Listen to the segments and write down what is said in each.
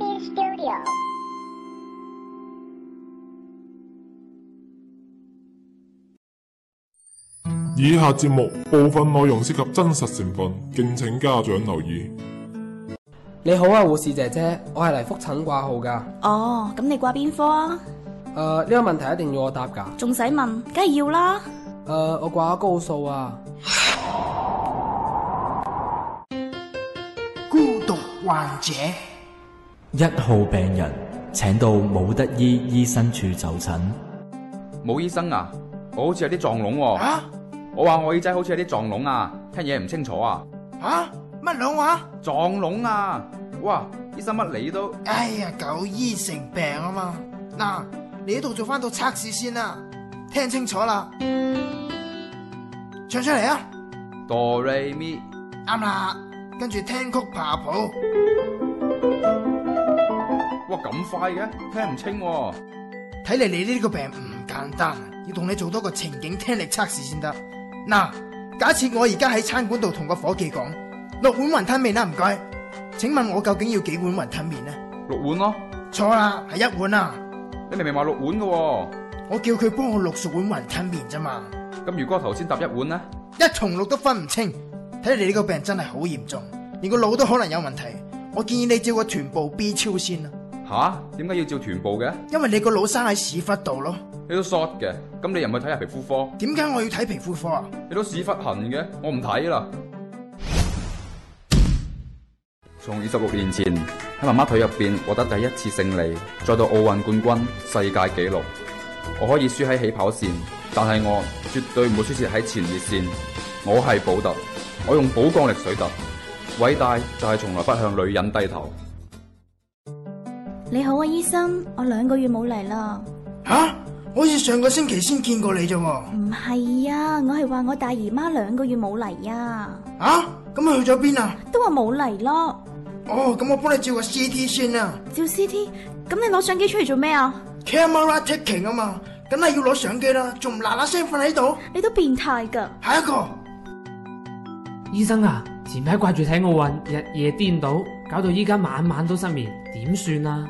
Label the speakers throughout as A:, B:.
A: 有。
B: 以下節目部分內容涉及真實成分，敬請家長留意。
C: 你好啊，護士姐姐，我係嚟復診掛號㗎。
D: 哦，咁你掛邊科啊？
C: 誒、呢、個問題一定要我答㗎。
D: 仲使問？梗係要啦。
C: 誒、我掛咗高數啊。
E: 孤獨患者，
F: 一號病人請到冇得醫醫生處就診，
G: 冇醫生啊，我好似有啲撞聾喎、
E: 啊
G: 我話我耳仔好似有啲撞聾啊，聽嘢唔清楚啊，
E: 啊乜佬話？
G: 撞聾啊！哇，醫生乜你都
E: 哎呀，九醫成病啊嘛！嗱，你呢度做翻到測試先啦，聽清楚啦，唱出嚟啊！
G: 哆唻咪，
E: 啱啦，跟住聽曲爬譜，
G: 哇咁快嘅，聽唔清喎、
E: 睇嚟你呢個病唔簡單，啊要同你做多個情景聽力測試先得。嗱，假設我而家喺餐館度同個伙計講六碗雲吞麵啦，唔該。請問我究竟要幾碗雲吞麵呢？
G: 六碗咯，
E: 錯啦，係一碗啊！
G: 你明明話六碗嘅喎、
E: 我叫佢幫我六十碗雲吞麵咋嘛，
G: 咁如果頭先答一碗呢？
E: 一同六都分唔清，睇嚟你呢個病真係好嚴重，連個腦都可能有問題。我建議你照個臀部 B 超先啦，
G: 吓？點解要照臀部嘅？
E: 因為你個腦生喺屎忽度咯。
G: 你都 short 嘅，咁你又唔去睇下皮膚科？
E: 點解我要睇皮膚科啊？
G: 你都屎忽痕嘅，我唔睇啦。從二十六年前喺媽媽腿入邊獲得第一次勝利，再到奧運冠軍、世界紀錄，我可以輸喺起跑線，但係我絕對唔會輸蝕喺前列線。我係寶特，我用寶鋼力水特，偉大就係從來不向女人低頭。
D: 你好啊，醫生，我兩個月冇嚟啦。
E: 吓、我好似上個星期先見過你啫喎。
D: 唔係啊，我係話我大姨媽兩個月冇嚟啊，
E: 啊，咁佢去咗邊啊？
D: 都話冇嚟咯。
E: 哦，咁我幫你照個 CT 先啦
D: 照 CT，咁你攞相機出嚟做咩啊？
E: ，camera taking 啊嘛，梗係要攞相機啦，仲唔嗱嗱聲瞓喺度？
D: 你都變態噶。
E: 下一個。
H: 醫生啊，前排掛住睇奧運，日夜顛倒，搞到依家晚晚都失眠，點算啊？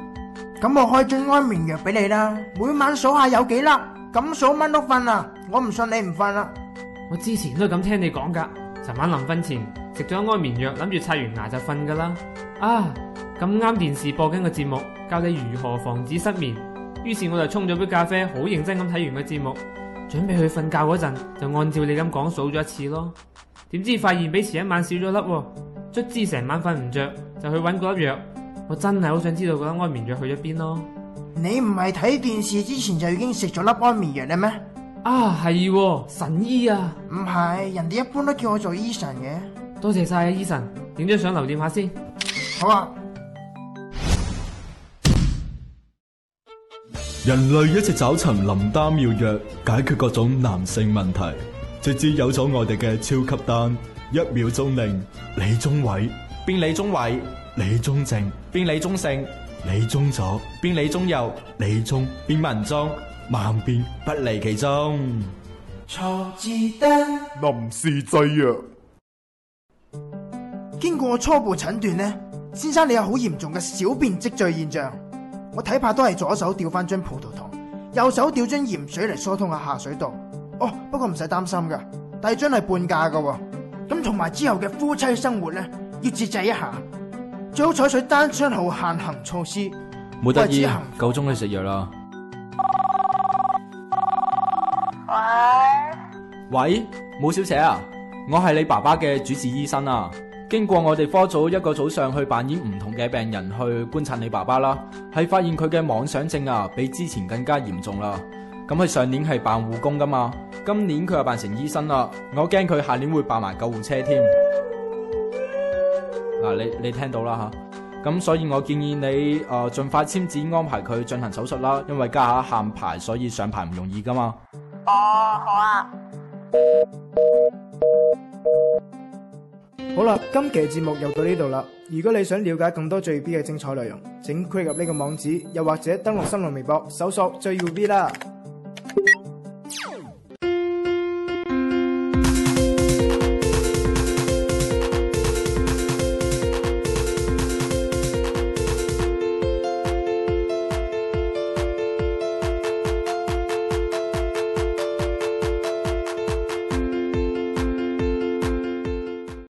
E: 咁我開樽安眠藥俾你啦，每晚數下有幾粒，咁數蚊都瞓啦。我唔信你唔瞓啦。
H: 我之前都係咁聽你講噶，尋晚臨瞓前食咗安眠藥，諗住刷完牙就瞓噶啦。啊，咁啱電視播緊個節目，教你如何防止失眠，於是我就沖咗杯咖啡，好認真咁睇完個節目，準備去瞓覺嗰陣就按照你咁講數咗一次咯。點知發現比前一晚少咗粒喎，卒之成晚瞓唔着，就去揾嗰粒藥。我真係好想知道嗰粒安眠藥去咗邊咯。
E: 你唔係睇電視之前就已經食咗粒安眠藥啦咩？
H: 啊，係喎，神醫啊！
E: 唔係，人哋一般都叫我做醫生嘅。
H: 多謝晒啊，醫生，影張相留念下先。
E: 好啊，
F: 人類一直找尋林丹妙藥解決各種男性問題，直至有咗我哋嘅超級丹，一秒鐘令李宗偉變李宗偉，李宗正變李宗盛，李宗左變李宗右，李宗變文宗，萬變不離其宗。
E: 曹志登
B: 臨時製藥。
E: 經過我初步診斷呢，先生你有好嚴重嘅小便積聚現象。我睇怕都係左手掉翻樽葡萄糖，右手掉樽鹽水嚟疏通下下水道。哦，不過唔使擔心噶，第二樽係半價噶喎。咁同埋之後嘅夫妻生活呢，要節制一下，最好採取單雙號限行措施。
F: 冇
E: 得醫
F: 夠鐘去食藥啦。
A: 喂，
F: 喂，冇小姐啊，我係你爸爸嘅主治醫生啊。經過我哋科組一個早上去扮演唔同嘅病人去觀察你爸爸啦，係發現佢嘅妄想症啊，比之前更加嚴重啦。咁佢上年係扮護工噶嘛，今年佢又扮成醫生啦。我驚佢下年會扮埋救護車添。嗱，你你聽到啦吓，咁所以我建議你誒、呃、盡快簽字安排佢進行手術啦，因為家下限牌，所以上牌唔容易噶嘛。
A: 哦，好啊。
E: 好啦，今期節目又到呢度啦。如果你想了解更多最 B 嘅精彩內容，請 click 入呢個網址，又或者登錄新浪微博搜索最耀 B 啦。